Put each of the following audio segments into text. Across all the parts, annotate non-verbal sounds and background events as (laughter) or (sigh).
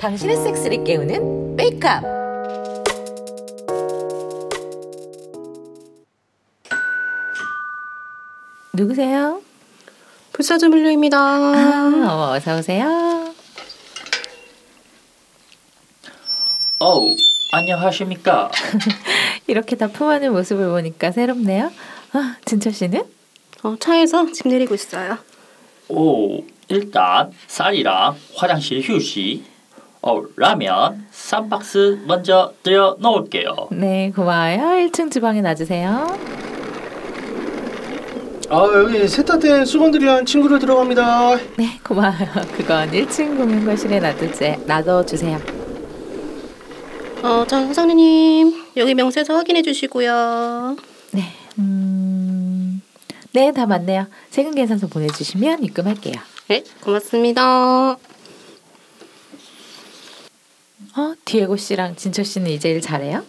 당신의 섹스를 깨우는 메이크업. 누구세요? 불사조물류입니다. 아, 어서 오세요. 어우 안녕하십니까 이렇게 다 품하는 모습을 보니까 새롭네요. 아, 진철 씨는? 어, 차에서 짐 내리고 있어요. 오 일단 쌀이랑 화장실 휴식 어 라면 쌈박스 먼저 들여 놓을게요 네, 고마워요. 1층 주방에 놔주세요. 아 여기 세탁된 수건들이랑 친구들 들어갑니다. 네, 고마워요. (laughs) 그건 1층 공용 거실에 놔두지, 놔둬주세요. 어, 자, 사장님. 여기 명세서 확인해 주시고요. 네, 음, 네, 다 맞네요. 세금 계산서 보내주시면 입금할게요. 네, 고맙습니다. 어, 디에고 씨랑 진철 씨는 이제 일 잘해요?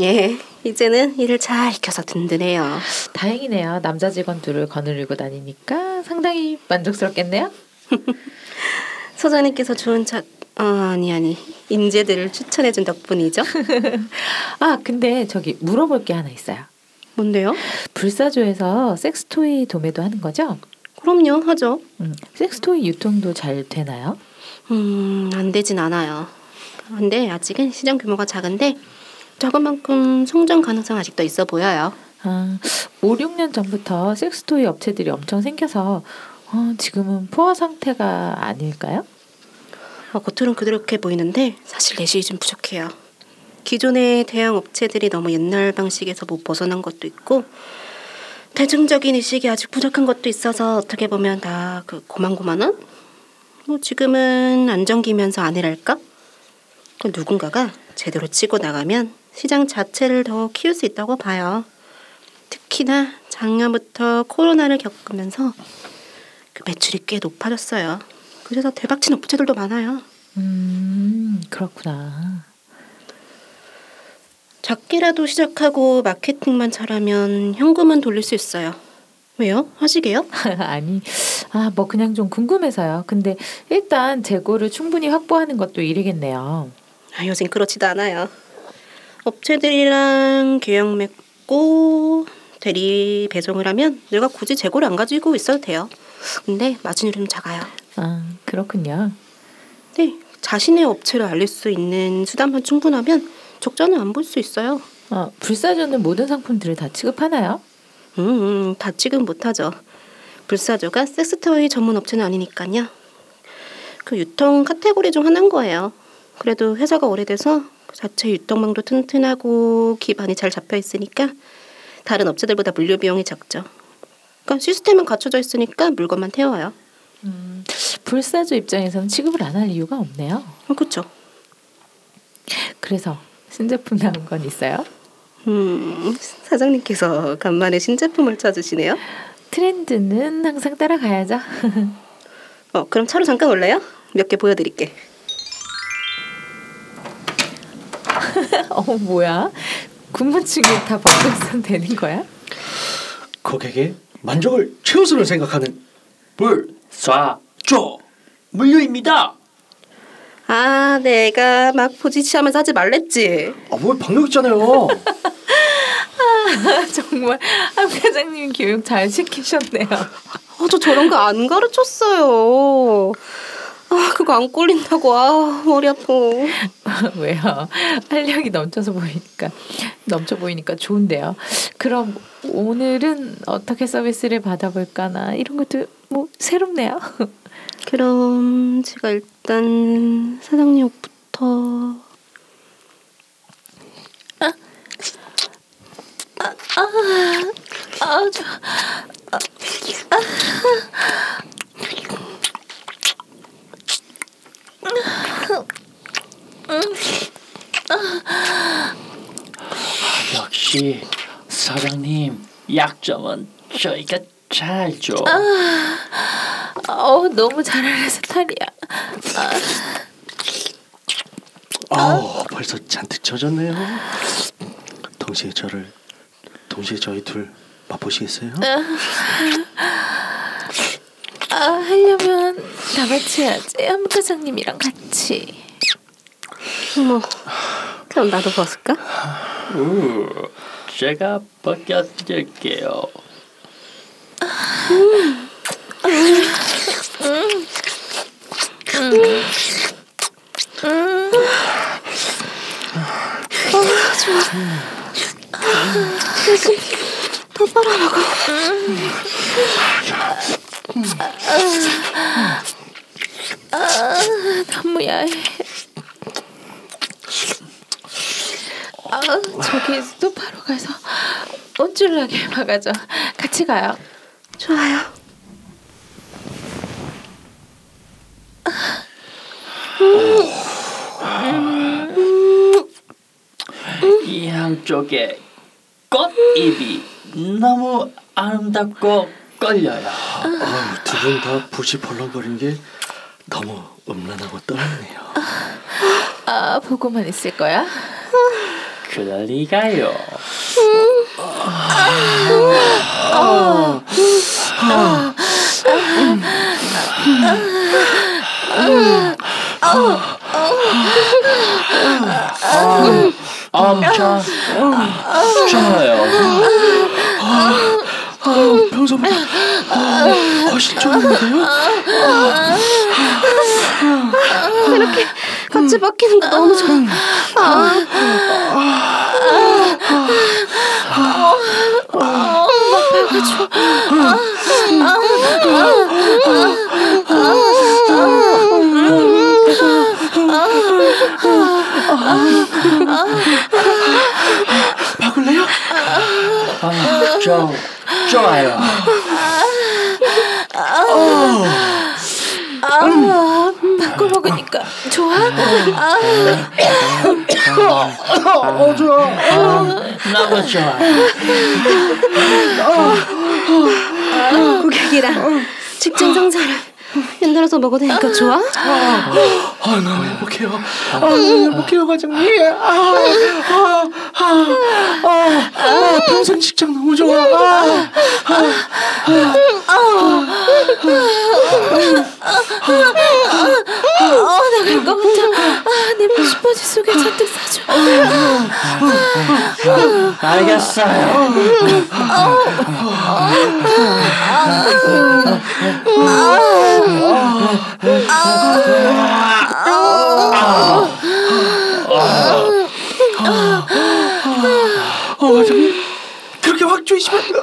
예, 이제는 일을 잘 익혀서 든든해요. 다행이네요. 남자 직원 둘을 거느리고 다니니까 상당히 만족스럽겠네요. 소장님께서 좋은 착, 어, 아니, 아니, 인재들을 추천해 준 덕분이죠. 아, 근데 저기 물어볼 게 하나 있어요. (laughs) 뭔데요? 불사조에서 섹스토이 도매도 하는 거죠? 그럼요, 하죠. 음, 섹스토이 유통도 잘 되나요? 음, 안 되진 않아요. 근데 아직은 시장 규모가 작은데 작은 만큼 성장 가능성 아직도 있어 보여요. 아, 5, 6년 전부터 섹스토이 업체들이 엄청 생겨서 어, 지금은 포화 상태가 아닐까요? 어, 겉으론 그렇게 보이는데 사실 내실이 좀 부족해요. 기존의 대형 업체들이 너무 옛날 방식에서 못 벗어난 것도 있고 대중적인 의식이 아직 부족한 것도 있어서 어떻게 보면 다 그 고만고만한? 뭐 지금은 안정기면서 아니랄까? 그 누군가가 제대로 치고 나가면 시장 자체를 더 키울 수 있다고 봐요. 특히나 작년부터 코로나를 겪으면서 그 매출이 꽤 높아졌어요. 그래서 대박친 업체들도 많아요. 음, 그렇구나. 작게라도 시작하고 마케팅만 잘하면 현금은 돌릴 수 있어요. 왜요? 하시게요? (laughs) 아니, 아, 뭐 그냥 좀 궁금해서요. 근데 일단 재고를 충분히 확보하는 것도 일이겠네요. 아, 요즘 그렇지도 않아요. 업체들이랑 계약 맺고 대리 배송을 하면 내가 굳이 재고를 안 가지고 있어도 돼요. 근데 마진율이 좀 작아요. 아, 그렇군요. 네, 자신의 업체를 알릴 수 있는 수단만 충분하면 적자는 안 볼 수 있어요. 아, 불사조는 모든 상품들을 다 취급하나요? 음, 다 지금 못하죠. 불사조가 섹스토이 전문 업체는 아니니까요. 그 유통 카테고리 중 하나인 거예요. 그래도 회사가 오래돼서 그 자체 유통망도 튼튼하고 기반이 잘 잡혀 있으니까 다른 업체들보다 물류 비용이 작죠. 그러니까 시스템은 갖춰져 있으니까 물건만 태워요. 음, 불사조 입장에서는 취급을 안 할 이유가 없네요. 어, 그렇죠. 그래서 신제품 나온 건 있어요? 음, 사장님께서 간만에 신제품을 찾으시네요. 트렌드는 항상 따라가야죠. (laughs) 어, 그럼 차로 잠깐 올래요? 몇 개 보여드릴게. 어 뭐야? 군무치기 다 먹고 있으면 되는 거야? (laughs) 고객의 만족을 최우선으로 생각하는 불사조 물류입니다 아, 내가 막 포지치하면서 하지 말랬지. 아뭘 방역 있잖아요. 아, 정말 아 회장님 교육 잘 시키셨네요. 아, 저 저런 거 안 가르쳤어요. 아, 그거 안 꼴린다고. 아, 머리 아파. (laughs) 왜요? 활력이 넘쳐서 보이니까 넘쳐 보이니까 좋은데요. 그럼 오늘은 어떻게 서비스를 받아볼까나 이런 것도 뭐 새롭네요. (laughs) 그럼 제가 일단 사장님 옷부터 아 좋아. 역시 사장님 약점은 저희가 잘 알죠 어 너무 잘하는 스타일이야. 아 벌써 잔뜩 젖었네요. 동시에 저를 동시에 저희 둘 맛보시겠어요? 아, 하려면 다 같이 해야지. 한부과장님이랑 같이. 어머, 그럼 나도 벗을까? 우, 제가 벗겨드릴게요. 아, 너무 야해. 아, 저기 소파로 가서 온줄나게 (laughs) 막아줘. 같이 가요. 좋아요. 이 한쪽에 꽃잎이 너무 아름답고 걸려요. 두 분 다 붓이 벌렁거린 게 너무 음란하고 떨리네요. 아, 보고만 있을 거야? 그럴 리가요. 엄청 좋아요. 평소보다 어, 훨씬 좋은데요? 같이 바뀌는 거 너무 좋아. 엄청 좋아요. 아, 바꿔 먹으니까 좋아? 아, 어 좋아. 너무 좋아요. 음. 고객이랑 음. 직장 상사랑 연달아서 먹어대니까 좋아? 아 너무 행복해요. 아, 너무 행복해요 과장님. 아, 아, 아, 아, 아, 평생 직장 너무 좋아. 아, 나갈 것 같아. 아, 내 푸시퍼지 속에 잔뜩 싸줘. 알겠어요. 어 과장님 그렇게 확 조이시면 안 돼요.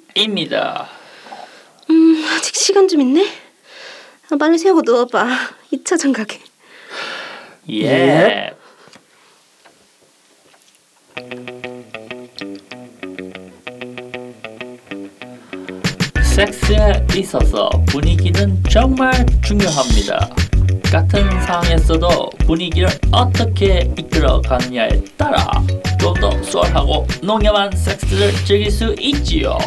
음, 아직 시간 좀 있네. 아, 빨리 세우고 누워봐. 2차전 가게. 예. 섹스에 있어서 분위기는 정말 중요합니다. 같은 상황에서도 분위기를 어떻게 이끌어가느냐에 따라 좀 더 수월하고 농염한 섹스를 즐길 수 있지요.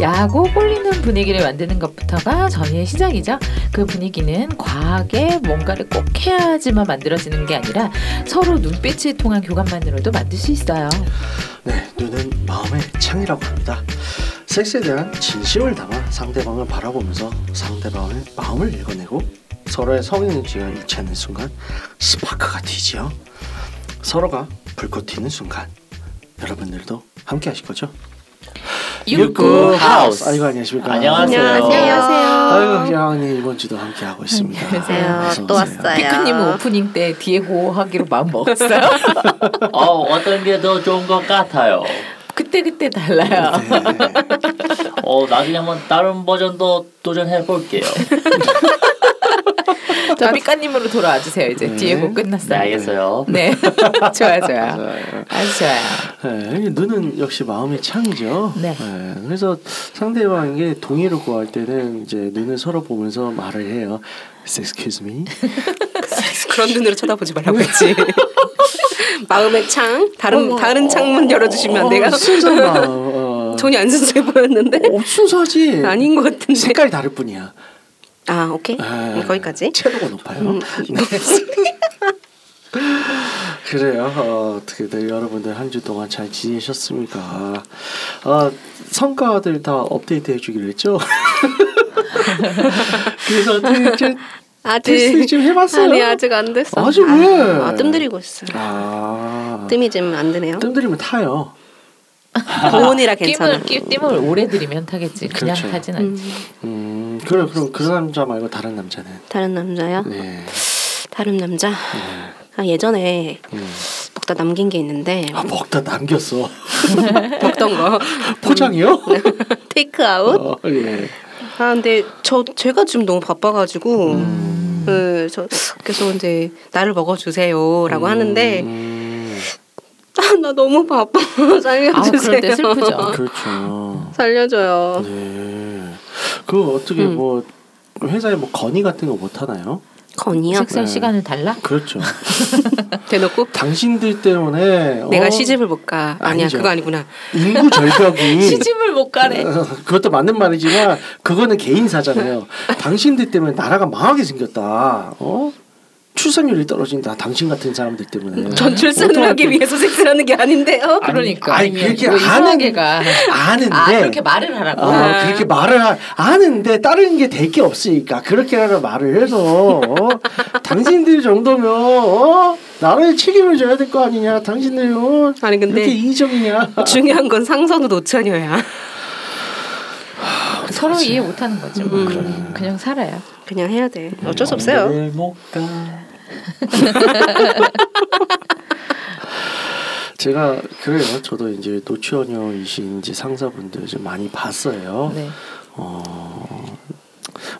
야구 꼴리는 분위기를 만드는 것부터가 전의의 시작이죠. 그 분위기는 과하게 뭔가를 꼭 해야지만 만들어지는 게 아니라 서로 눈빛을 통한 교감만으로도 만들 수 있어요. 네, 눈은 마음의 창이라고 합니다. 섹스에 대한 진심을 담아 상대방을 바라보면서 상대방의 마음을 읽어내고 서로의 성의 눈치가 일치하는 순간 스파크가 튀지요. 서로가 불꽃 튀는 순간 여러분들도 함께 하실 거죠? 육구 하우스. 아이고 안녕하십니까? 안녕하세요. 아이고 기왕님 이번 주도 함께 하고 있습니다. 안녕하세요. 또 어서 오세요. 왔어요. 피크님은 오프닝 때 디에고 하기로 마음 먹었어요. (laughs) 어, 어떤 게 더 좋은 것 같아요. 그때 그때 달라요. 네. 어, 나중에 한번 다른 버전도 도전해 볼게요. 자 삐까님으로 돌아와 주세요. 이제 네. 뒤에 뭐 끝났어요. 네, 알겠어요. 네, (laughs) 좋아요, 좋아요. 맞아요. 아주 좋아요. 네, 이게 눈은 역시 마음의 창이죠. 네. 그래서 상대방에게 동의를 구할 때는 이제 눈을 서로 보면서 말을 해요. Excuse (laughs) me. 그런 눈으로 쳐다보지 말라고 했지. (laughs) 마음의 창 다른 다른 창문 열어주시면 내가 어, 순수한 (laughs) 마음. 어, 전혀 안 순수해 보였는데 어, 순수하지. 아닌 것 같은데. 색깔이 다를 뿐이야. 아 오케이 아, 거기까지. 음, 채도가 높아요. 네. (laughs) 그래요. 어, 어떻게들 여러분들 한 주 동안 잘 지내셨습니까? 아, 성과들 다 업데이트 해주기로 했죠. (laughs) 그래서 어떻게 이제 아직 테스트 좀 해봤어요? 네. 아니 아직 안 됐어. 아직 왜? 아, 아, 뜸 들이고 있어. 아, 뜸, 뜸이 좀 안 드네요. 들이면 타요. 고온이라 괜찮아. 낌을 끼- 낌을 오래 들이면 타겠지. 그냥 그렇죠. 타진 음, 않지. 음, 그래 그럼 그 남자 말고 다른 남자는. 다른 남자야? 네. 다른 남자. 네. 아, 예전에 음. 먹다 남긴 게 있는데 아, 먹다 남겼어. 먹던 거 (laughs) 포장이요? 테이크아웃. 어, 예. 아 근데 저 제가 지금 너무 바빠가지고 그 저 계속 이제 나를 먹어주세요라고 하는데 음, 아, 나 너무 바빠 (laughs) 아, 살려주세요. 그럴 때 어? 슬프죠. 그렇죠. 살려줘요. 네. 그 어떻게 어? 음. 뭐 회사에 뭐 건의 같은 거 못 (laughs) 하나요? 건이요? 식사 네. 시간을 달라? 그렇죠. 대놓고 당신들 때문에 내가 어, 시집을 못 가. 아니야 아니죠. 음. 그거 아니구나. (laughs) 인구 절벽이 시집을 못 가래. 어, (laughs) 그것도 맞는 말이지만 그거는 개인사잖아요. 당신들 때문에 나라가 망하게 생겼다. 어? 출산율이 떨어진다. 당신 같은 사람들 때문에. 전 출산을 하기 위해서 섹스를 하는 게 아닌데요. 네. 어, 아니, 그러니까. 아니, 그렇게 뭐 아는- 이상하게가 아는데 아 그렇게 말을 하라고. 아, 그렇게 말을 하, 아는데 다른 게 될 게 없으니까 그렇게 하라 말을 해서 어? 당신들 정도면 어? 나라에 책임을 져야 될 거 아니냐 당신들 어? 아니, 근데 이렇게 이기적이냐 중요한 건 상선우 노처녀야. 서로 이해 못하는 거지. 뭐. 그냥 살아요. 그냥 해야 돼. 어쩔 수 없어요. 오늘 못 가. 제가 그래요 저도 이제 노치원여이신 이제 상사분들 좀 많이 봤어요 네. 어,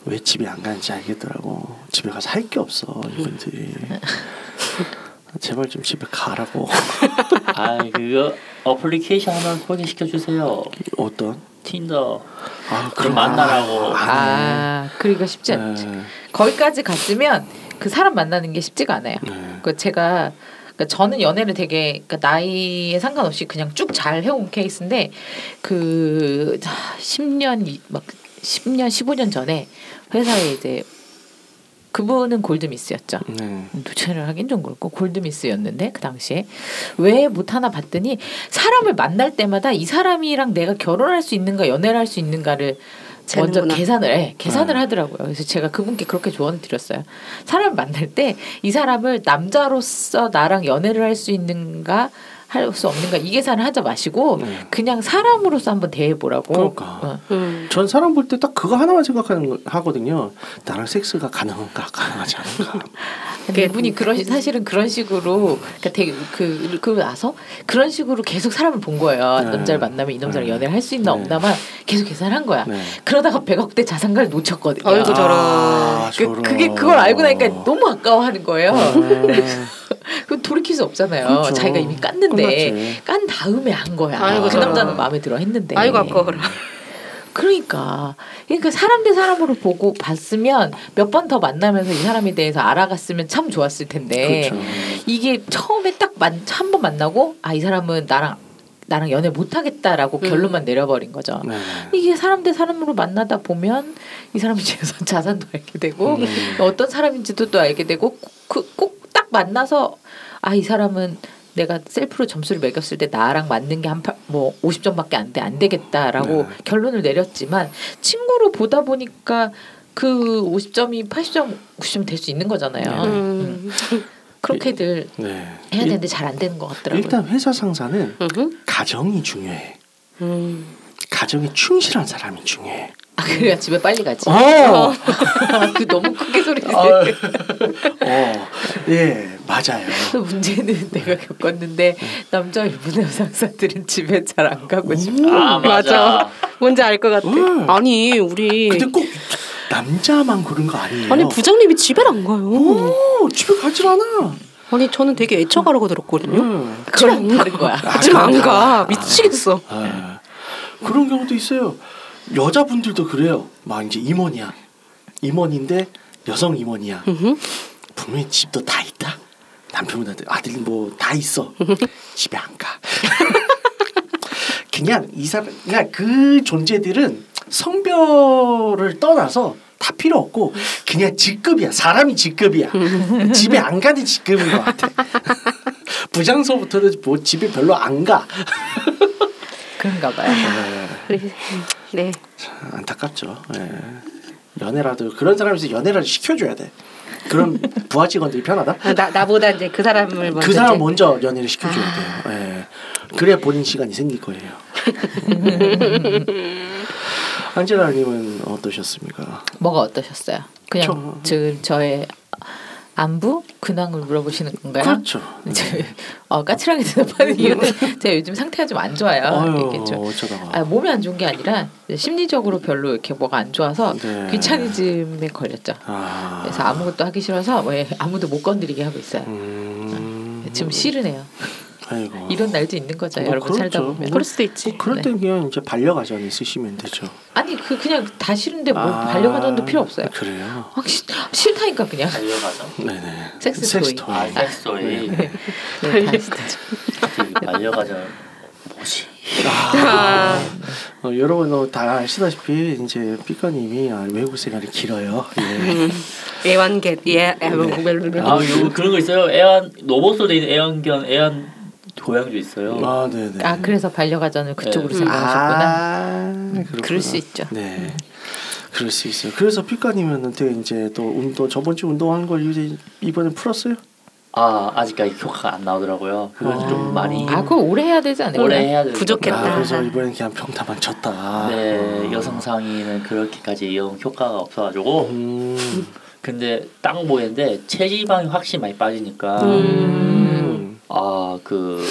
왜 집에 안 가는지 알겠더라고 집에 가서 할 게 없어 (laughs) 이분들이 제발 좀 집에 가라고 (laughs) (laughs) 아 그거 어플리케이션 하나 소개시켜 주세요. 어떤 틴더. 아 그럼 만나라고. 아 그러기가 쉽지 않죠. 네. 거기까지 갔으면 그 사람 만나는 게 쉽지가 않아요. 네. 그 제가 그러니까 저는 연애를 되게 그러니까 나이에 상관없이 그냥 쭉 잘 해온 케이스인데 그 10년 이- 막 10년 15년 전에 회사에 이제 그분은 골드미스였죠. 네. 누체를 하긴 좀 그렇고 골드미스였는데 그 당시에 왜 못하나 봤더니 사람을 만날 때마다 이 사람이랑 내가 결혼할 수 있는가 연애를 할 수 있는가를 먼저 재는구나. 계산을 해, 계산을 네. 하더라고요. 그래서 제가 그분께 그렇게 조언을 드렸어요. 사람 만날 때 이 사람을 남자로서 나랑 연애를 할 수 있는가 할 수 없는가 이 계산을 하지 마시고 네. 그냥 사람으로서 한번 대해 보라고. 어. 그러니까. 음. 전 사람 볼 때 딱 그거 하나만 생각하는 거, 하거든요. 나랑 섹스가 가능한가, 가능하지 않은가. 근데 이분이 그러니까 그런 시- 사실은 그런 식으로 그러니까 되게 그 그러고 나서 그런 식으로 계속 사람을 본 거예요. 네. 남자를 만나면 이 남자랑 네. 연애를 할 수 있나 네. 없나만 계속 계산한 거야. 네. 그러다가 100억대 자산가를 놓쳤거든요. 아이고, 저런. 그, 그게 그걸 알고 나니까 너무 아까워하는 거예요. (laughs) 그 돌이킬 수 없잖아요. 네. 그렇죠. 자기가 이미 깠는데 끝났지. 깐 다음에 한 거야. 아이고, 그 저런. 남자는 마음에 들어 했는데. 아이고 아까워라. 그러니까 그러니까 사람 대 사람으로 보고 봤으면 몇 번 더 만나면서 이 사람에 대해서 알아갔으면 참 좋았을 텐데 그렇죠. 이게 처음에 딱 한 번 만나고 아 이 사람은 나랑 나랑 연애 못 하겠다라고 음. 결론만 내려버린 거죠. 네. 이게 사람 대 사람으로 만나다 보면 이 (laughs) 사람에 대해서 자산도 알게 되고 음. 어떤 사람인지도 또 알게 되고 그 꼭 딱 만나서 아 이 사람은 내가 셀프로 점수를 매겼을 때 나랑 맞는 게 한 뭐 50점밖에 안 돼 안 되겠다라고 네. 결론을 내렸지만 친구로 보다 보니까 그 50점이 80점 90점 될 수 있는 거잖아요. 음. 음. 그렇게들 네. 해야 되는데 잘 안 되는 것 일- 같더라고요. 일단 회사 상사는 음흠. 가정이 중요해. 음. 가정에 충실한 사람이 중요해. 아 그래야 집에 빨리 가지. 어, (laughs) 그 너무 크게 소리지. 어. 어, 예, 맞아요. 또 문제는 (laughs) 내가 겪었는데 남자 일본의 상사들은 집에 잘 안 가고 싶어. 아 맞아. 뭔지 알 것 같아. 음. 그 아니 우리 근데 꼭 남자만 그런 거 아니에요. 아니 부장님이 집에 안 가요. 오, 집에 가질 않아. 아니 저는 되게 애처가라고 들었거든요. 음. 집에 그건 안 가. 다른 거야. 집에 안 가. 미치겠어. 아, 그런 경우도 있어요. 여자분들도 그래요. 막 이제 임원이야. 임원인데 여성 임원이야. 음흠. 분명히 집도 다 있다. 남편분한테 아들 뭐 다 있어. 집에 안 가. (laughs) 그냥 이 사람 그냥 그 존재들은 성별을 떠나서 다 필요 없고 그냥 직급이야. 사람이 직급이야. 음. 집에 안 가는 직급인 (laughs) 것 같아. 부장서부터는 뭐 집에 별로 안 가. 그런가 봐요. 그래. 네. 안타깝죠. 예. 연애라도 그런 사람에서 연애라도 시켜줘야 돼. (laughs) 그럼 부하 직원들이 편하다. 아, 나 나보다 이제 그 사람을 먼저 그 사람 이제- 먼저 연애를 시켜줘야 아. 돼요. 예. 그래야 본인 시간이 (laughs) 생길 거예요. 안젤라님은 어떠셨습니까? 뭐가 어떠셨어요? 그냥 저- 저, 저의 안부 근황을 물어보시는 건가요? 그렇죠. 음. 이제, 어, 까칠하게 대답하는 이유는 제가 요즘 상태가 좀 안 좋아요. 아유 이게 좀 어쩌다가. 아, 몸이 안 좋은 게 아니라 이제 심리적으로 별로 이렇게 뭐가 안 좋아서 네. 귀차니즘에 걸렸죠. 아. 그래서 아무것도 하기 싫어서 왜 아무도 못 건드리게 하고 있어요. 음. 지금 아, 싫으네요. 아이고. 이런 날도 있는 거죠. 뭐 여러분 살다 그렇죠. 보면. 그럴 수도 있지. 뭐 그럴 네. 때 그냥 이제 반려가전 있으시면 되죠. 아니 그 그냥 다 싫은데 뭐 아. 반려가전도 필요 없어요. 그래요. 확 시- 싫다니까 그냥. 반려가정? 네네. 섹스 토이. 아, 섹소이. 네, 다 반려가정 뭐지? 어, 여러분 어, 다 아시다시피 이제 삐까님이 아, 외국 생활이 길어요. 예. (laughs) 애완겟 예 뭐, 네. 아, 요거 그런 거 있어요. 애완 로봇으로 돼 있는 애완견, 애완 고양이도 있어요. 아 네네. 아 그래서 반려가전을 그쪽으로 네. 아. 생각하셨구나. 음, 그렇구나. 그럴 수 있죠. 네. 그럴 수 있어요. 그래서 피카님은 되게 이제 또 운동 저번 주 운동한 걸 이제 이번에 풀었어요. 아, 아직까지 효과가 안 나오더라고요. 그건 좀 많이 아 그거 오래 해야 되지 뭐, 않을까요? 오래 해야 되는 부족했다. 아, 것 그래서 음. 이번엔 그냥 평타만 쳤다. 같아요. 네, 여성 상의는 그렇게까지 영 효과가 없어가지고 음. 근데 딱 보이는데 체지방이 확실히 많이 빠지니까 음. 음. 아 그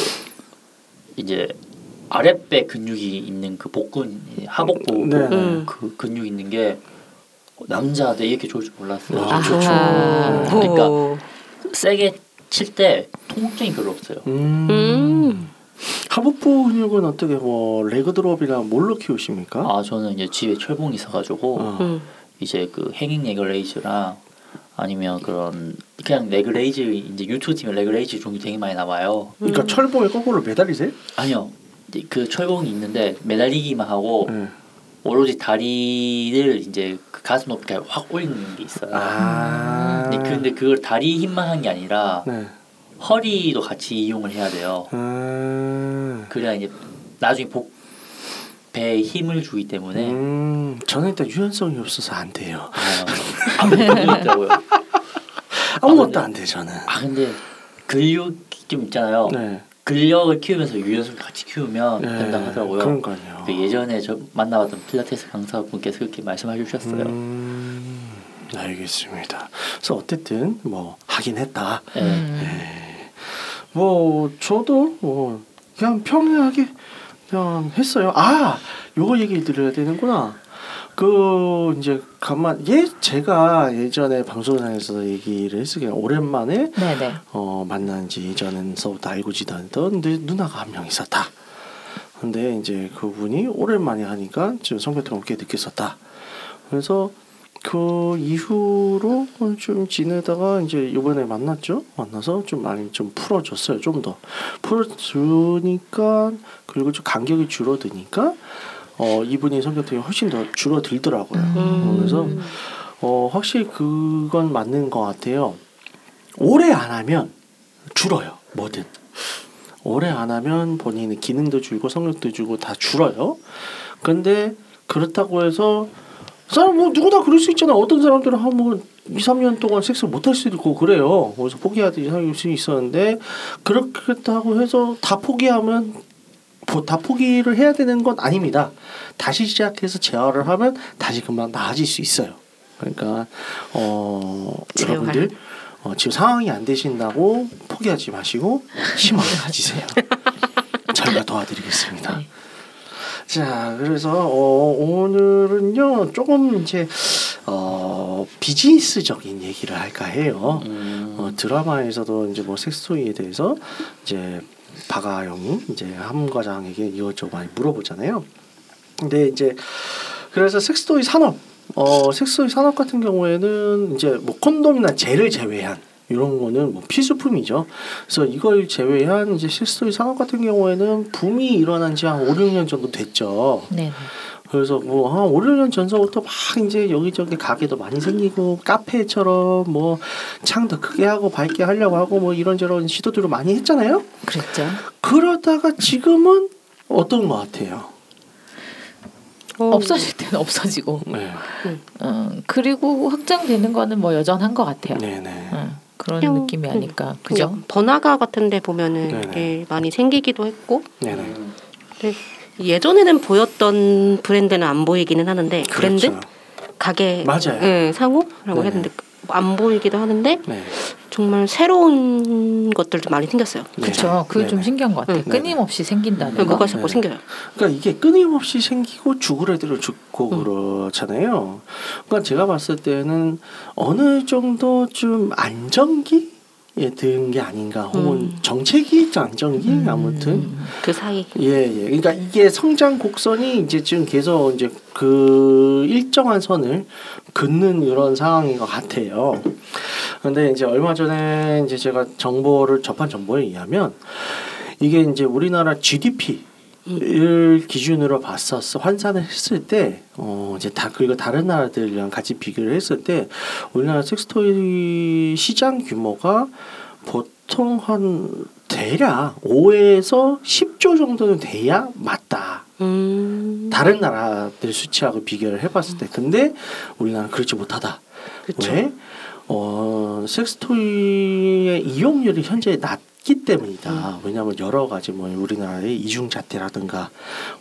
이제 아랫배 근육이 있는 그 복근 하복부 네. 음. 그 근육 있는 게 남자한테 이렇게 좋을 줄 몰랐어요. 아, 좋죠. 아하. 그러니까 오. 세게 칠 때 통증이 별로 없어요. 음. 음. 하복부 근육은 어떻게 뭐 레그드롭이나 뭘로 키우십니까? 아 저는 이제 집에 철봉이 있어가지고 어. 음. 이제 그 행잉 레그레이즈랑 아니면 그런 그냥 레그레이즈 이제 유튜브 팀에 레그레이즈 종류 되게 많이 나와요. 그러니까 철봉에 거꾸로 매달리세요? 아니요 이제 그 철봉이 있는데 매달리기만 하고 네. 오로지 다리를 이제 그 가슴 높이까지 확 올리는 게 있어요. 아. 근데, 그- 근데 그걸 다리 힘만 한 게 아니라 네. 허리도 같이 이용을 해야 돼요. 아. 그래야 이제 나중에 복 배에 힘을 주기 때문에 음, 저는 일단 유연성이 없어서 안 돼요. 아, 아무것도 있더라고요. 아무것도 아, 안 돼, 저는. 아 어, 근데 근육 좀 있잖아요. 네. 근력을 키우면서 유연성 같이 키우면 네, 된다 하더라고요. 그러니까요. 어, 그 예전에 저 만나봤던 필라테스 강사분께서 그렇게 말씀해 주셨어요. 음, 알겠습니다. 그래서 어쨌든 뭐 하긴 했다. 네. 음. 뭐 저도 뭐 그냥 평이하게 그냥 했어요. 아, 요거 얘기 드려야 되는구나. 그 이제 가만 예 제가 예전에 방송에서 얘기를 했으니까 오랜만에 네네. 어, 만난 지 이전에서부터 알고 지내던 내 누나가 한 명 있었다. 근데 이제 그분이 오랜만에 하니까 지금 성교통을 꽤 늦게 썼다. 그래서 그 이후로 좀 지내다가 이제 이번에 만났죠. 만나서 좀 많이 좀 풀어줬어요. 좀 더 풀어주니까 그리고 좀 간격이 줄어드니까 어 이분이 성격통이 훨씬 더 줄어들더라고요. 음. 그래서 어 확실히 그건 맞는 것 같아요. 오래 안 하면 줄어요. 뭐든. 오래 안 하면 본인의 기능도 줄고 성욕도 줄고 다 줄어요. 근데 그렇다고 해서 사람 뭐 누구나 그럴 수 있잖아. 어떤 사람들은 한뭐 2, 3년 동안 섹스 못 할 수도 있고 그래요. 그래서 포기하듯이 할 수 있었는데 그렇다고 해서 다 포기하면 보- 다 포기를 해야 되는 건 아닙니다. 다시 시작해서 재활을 하면 다시 금방 나아질 수 있어요. 그러니까 어 재활. 여러분들 어, 지금 상황이 안 되신다고 포기하지 마시고 희망을 가지세요. 저희가 도와드리겠습니다. 자, 그래서 어, 오늘은요 조금 이제 어, 어, 비즈니스적인 얘기를 할까 해요. 음. 어, 드라마에서도 이제 뭐 섹스토이에 대해서 이제 박아영이 이제 함 과장에게 이것저것 많이 물어보잖아요. 근데 이제 그래서 섹스토이 산업, 어, 섹스토이 산업 같은 경우에는 이제 뭐 콘돔이나 젤을 제외한 이런 거는 뭐 필수품이죠. 그래서 이걸 제외한 이제 섹스토이 산업 같은 경우에는 붐이 일어난 지 한 5, 6년 정도 됐죠. 네. 그래서 뭐 한 5, 6년 전서부터 막 이제 여기저기 가게도 많이 생기고 카페처럼 뭐 창도 크게 하고 밝게 하려고 하고 뭐 이런저런 시도들을 많이 했잖아요. 그랬죠. 그러다가 지금은 어떤 것 같아요? 없어질 때는 없어지고. 네, 음, 그리고 확장되는 거는 뭐 여전한 것 같아요. 네, 네. 음, 그런 뿅. 느낌이 음. 아닐까. 그죠? 번화가 같은데 보면은 네네. 이게 많이 생기기도 했고 네네. 예전에는 보였던 브랜드는 안 보이기는 하는데 브랜드 그렇죠. 가게 맞아요. 예, 상호라고 네네. 했는데 안 보이기도 하는데 네. 정말 새로운 것들도 많이 생겼어요. 네. 그렇죠. 그게 좀 네네. 신기한 것 같아요. 음. 끊임없이 생긴다는 거. 뭐가 자꾸 네. 생겨요. 그러니까 이게 끊임없이 생기고 죽을 애들은 죽고 그렇잖아요. 그러니까 제가 봤을 때는 어느 정도 좀 안정기? 에 드는 게 아닌가 혹은 음. 정체기 안정기 음. 아무튼 그 사이 예예 그러니까 이게 성장 곡선이 이제 지금 계속 이제 그 일정한 선을 긋는 이런 상황인 것 같아요 근데 이제 얼마 전에 이제 제가 정보를 접한 정보에 의하면 이게 이제 우리나라 GDP 를 기준으로 봤었어 환산을 했을 때 어, 이제 다 그리고 다른 나라들이랑 같이 비교를 했을 때 우리나라 섹스토이 시장 규모가 보통 한 대략 5에서 10조 정도는 돼야 맞다. 음, 다른 나라들 수치하고 비교를 해봤을 때, 근데 우리나라는 그렇지 못하다. 그쵸. 왜? 어, 섹스토이의 이용률이 현재 낮기 때문이다. 음. 왜냐하면 여러 가지 뭐 우리나라의 이중잣대라든가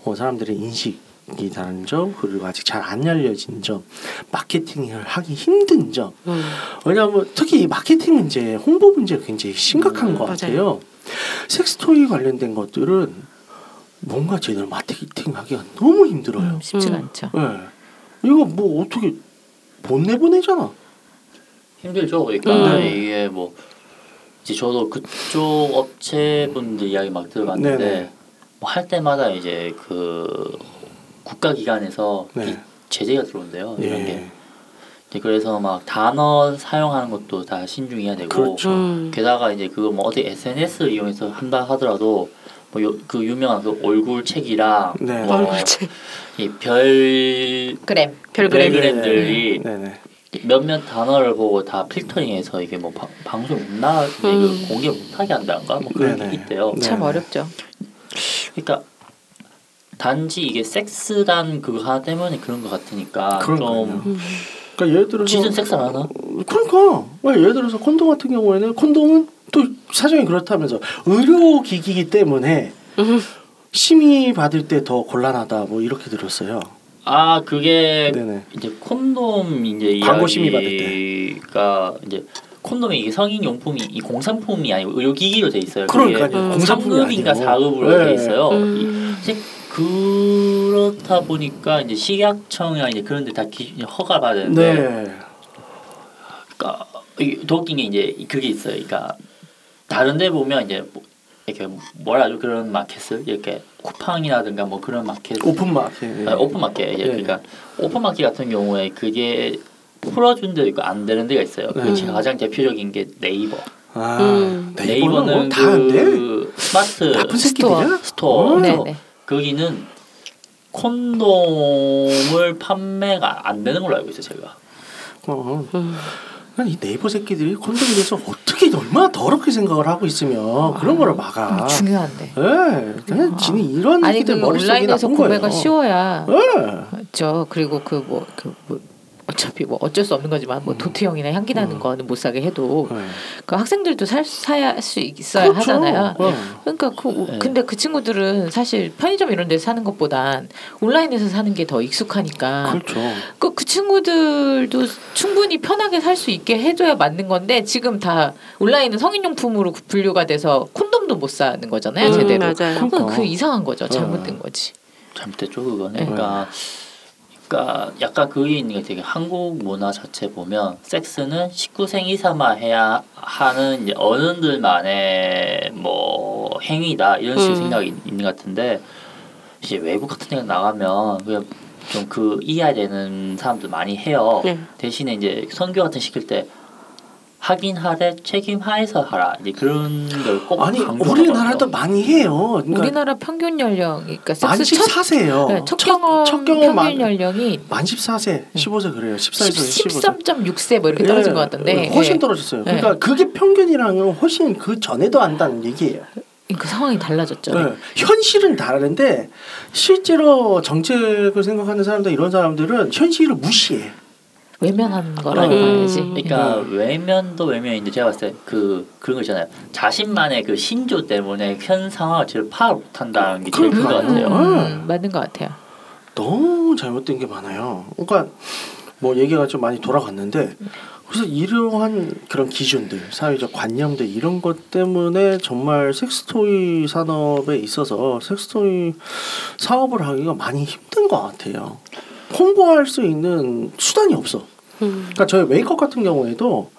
어, 사람들의 인식. 이 다른 점 그리고 아직 잘 안 알려진 점 마케팅을 하기 힘든 점 음. 왜냐하면 특히 이 마케팅 문제, 홍보 문제가 굉장히 심각한 음, 것 맞아요. 같아요. 섹스토이 관련된 것들은 뭔가 제대로 마케팅하기가 너무 힘들어요. 음, 쉽지가 음. 않죠. 예, 이거 뭐 어떻게 못 내보내잖아. 힘들죠. 그러니까 네. 음. 이게 뭐 이제 저도 그쪽 업체분들 이야기 막 네네. 들어봤는데 뭐 할 때마다 이제 그 국가 기관에서 네. 이 제재가 들어온대요. 이런 게 예, 이제 그래서 막 단어 사용하는 것도 다 신중해야 되고 그렇죠. 음. 게다가 이제 그거 뭐 어디 SNS를 이용해서 한다 하더라도 뭐 그 유명한 그 얼굴 책이랑 네. 뭐 얼굴책. 이별 그램. 별그램 별그램. 네, 팬들이 네네. 몇몇 단어를 보고 다 필터링해서 이게 뭐 바- 방송 못 나, 이게 그 음. 공개 못하게 한다던가 뭐 그런 네네. 게 있대요. 네. 참 어렵죠. 그러니까 단지 이게 섹스단 그거 하나 때문에 그런 것 같으니까 그러니까요. 음. 좀 그러니까 예를 들어서 짖은 섹스 안 하나? 그러니까 왜 예를 들어서 콘돔 같은 경우에는 콘돔은 또 사정이 그렇다면서 의료 기기이기 때문에 음. 심의 받을 때 더 곤란하다 뭐 이렇게 들었어요. 아 그게 네네. 이제 콘돔 이제 광고 심의 받을 이야기가 이제 콘돔이 이게 성인 용품이 이 공산품이 아니고 의료기기로 돼 있어요. 그러니까요. 공산품이 상급인가 아니고. 사급으로 네. 돼 있어요. 이- 음. 이제 그렇다 보니까 이제 식약청이나 이제 그런 데다 허가 받아야 되는데 네. 그러니까 이게 더 웃긴 게 이제 그게 있어요. 그러니까 다른 데 보면 이제 뭐- 이렇게 뭐라 하죠 그런 마켓을 이렇게 쿠팡이라든가 뭐 그런 마켓 오픈 마켓. 아, 오픈 마켓 예. 예. 그러니까 오픈 마켓 같은 경우에 그게 풀어준 데 있고 안 되는 데가 있어요. 그 네. 제가 가장 대표적인 게 네이버. 아, 음. 네이버는 네이버는 뭐 다 안 돼. 그 스마트 나쁜 스토어. 새끼들이야. 스토어. 어. 네네. 거기는 콘돔을 판매가 안 되는 걸로 알고 있어요 제가. 어. 음. 아니, 이 네이버 새끼들이 콘돔에 대해서 어떻게 얼마나 더럽게 생각을 하고 있으면 그런 거를 음, 막아. 중요한데. 예, 그냥 지는 이런 아니 새끼들 그 머릿속이 온라인에서 나쁜 구매가 거예요. 어. 쉬워야 예. 그렇죠. 그리고 그 뭐 그 뭐, 어차피 뭐 어쩔 수 없는 거지만 음. 뭐 도트형이나 향기 나는 거는 못 사게 해도 그 학생들도 살 사야 할 수 있어야 어. 그렇죠. 하잖아요. 예. 그러니까 그 네. 근데 그 친구들은 사실 편의점 이런 데 사는 것보단 온라인에서 사는 게 더 익숙하니까 그렇죠. 그, 그 친구들도 충분히 편하게 살 수 있게 해줘야 맞는 건데 지금 다 온라인은 성인용품으로 구- 분류가 돼서 콘돔도 못 사는 거잖아요 음, 네, 제대로. 맞아요. 그건 그러니까. 그 이상한 거죠. 잘못된 거지. 네. 잘못됐죠 그거는. 그러니까 그러니까 약간 그게 있는 게 되게 한국 문화 자체 보면 섹스는 19생 이상만 해야 하는 이제 어른들만의 뭐 행위다 이런 식의 음. 생각이 있는 것 같은데 이제 외국 같은 데 나가면 그냥 좀 그 이해야 되는 사람들 많이 해요. 네. 대신에 이제 선교 같은 시킬 때 하긴 하되 책임하에서 하라 이제 그런 걸꼭 아니 우리나라도 많이 해요. 그러니까 우리나라 평균 연령, 그러니까 만 섹스 첫, 14세예요. 네, 첫 경험 첫 평균 경험 만, 연령이 만 14세, 15세 그래요. 14세에서 15세. 13.6세 뭐 이렇게 떨어진 예, 것 같던데. 훨씬 예. 떨어졌어요. 그러니까 그게 평균이랑은 훨씬 그 전에도 안다는 얘기예요. 그러니까 상황이 달라졌죠. 네. 현실은 다른데 실제로 정책을 생각하는 사람들 이런 사람들은 현실을 무시해. 외면하는 거라고 음. 봐야지. 그러니까 네. 외면도 외면인데 제가 봤을 때 그 그런 거 있잖아요. 자신만의 그 신조 때문에 현 상황을 제일 파악 못한다는 게 제일 큰 것 그러니까요. 같아요. 음. 맞는 것 같아요. (laughs) 너무 잘못된 게 많아요. 그러니까 뭐 얘기가 좀 많이 돌아갔는데 그래서 이러한 그런 기준들, 사회적 관념들 이런 것 때문에 정말 섹스토이 산업에 있어서 섹스토이 사업을 하기가 많이 힘든 것 같아요. 홍보할 수 있는 수단이 없어. 그러니까 저희 메이크업 같은 경우에도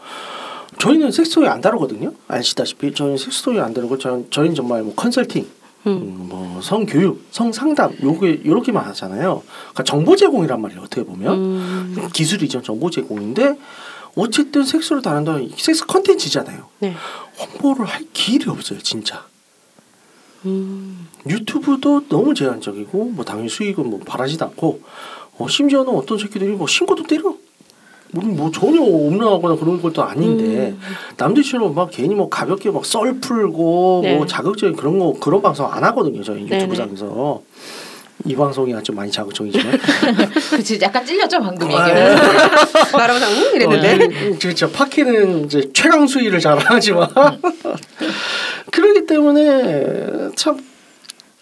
저희는 섹스토이 안 다루거든요. 아시다시피 저희는 섹스토이 안 다루고 저, 저희는 정말 뭐 컨설팅, 음, 뭐 성교육, 성상담 요게 요렇게만 하잖아요. 그러니까 정보 제공이란 말이에요. 어떻게 보면 음, 기술 이전 정보 제공인데 어쨌든 섹스를 다룬다 섹스 컨텐츠잖아요. 네. 홍보를 할 길이 없어요, 진짜. 음, 유튜브도 너무 제한적이고 뭐 당연히 수익은 뭐 바라지도 않고 어, 심지어는 어떤 새끼들이 뭐 신고도 때려 뭐, 뭐 전혀 없나거나 그런 것도 아닌데 음. 남들처럼 막 괜히 뭐 가볍게 막 썰 풀고 네. 뭐 자극적인 그런 거 그런 방송 안 하거든요 저희 네네. 유튜브상에서 이 방송이 아주 많이 자극적이지만 그치 약간 찔렸죠 방금 아, 얘기를. 말하면 응 이랬는데 네. 어, 그렇죠. 파키는 이제 최강 수위를 잘하지만 (laughs) 그렇기 때문에 참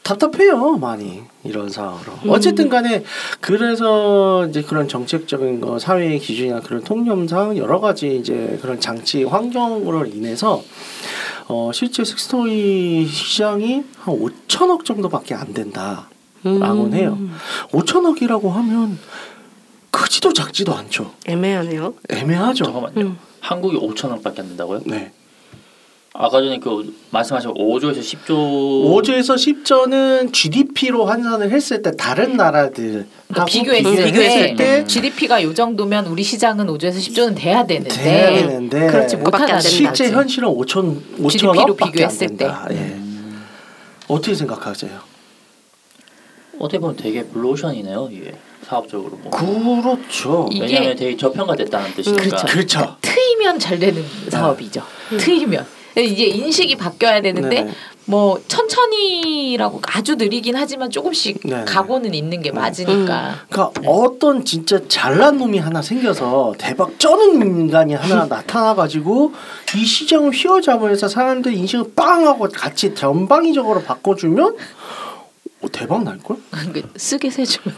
답답해요 많이 이런 상황으로. 음. 어쨌든간에 그래서 이제 그런 정책적인 거 사회의 기준이나 그런 통념상 여러 가지 이제 그런 장치 환경으로 인해서 어, 실제 섹스토이 시장이 한 5천억 정도밖에 안 된다. 음. 라고는 해요. 5천억이라고 하면 크지도 작지도 않죠. 애매하네요. 애매하죠. 잠깐만요. 음. 한국이 5천 원밖에 안 된다고요? 네. 아까 전에 그 말씀하신 5조에서 10조 5조에서 10조는 GDP로 환산을 했을 때 다른 나라들 음. 그러니까 비교했을, 때, 음. 비교했을 때 GDP가 요 정도면 우리 시장은 5조에서 10조는 돼야 되는데 돼야 되는데 그렇지 그거밖에 못하다는 안 된다. 네. 실제 현실은 5천 5천억 GDP 로 밖에 안 비교했을 된다. 예. 어떻게 생각하세요? 어떻게 보면 되게 블루오션이네요. 이게 사업적으로 보면. 그렇죠. 이- 왜냐하면 되게 저평가됐다는 뜻이니까. 그, 그렇죠. 그러니까 트이면 잘 되는 사업이죠. 트이면 이게 인식이 바뀌어야 되는데 네네. 뭐 천천히라고 아주 느리긴 하지만 조금씩 네네. 가고는 있는 게 맞으니까 그러니까 어떤 진짜 잘난 놈이 하나 생겨서 대박 쩌는 인간이 (laughs) 하나 나타나가지고 이 시장을 휘어잡으면서 사람들 인식을 빵 하고 같이 전방위적으로 바꿔주면 어, 대박 날걸? (laughs) (laughs) 그 쓰게 세주면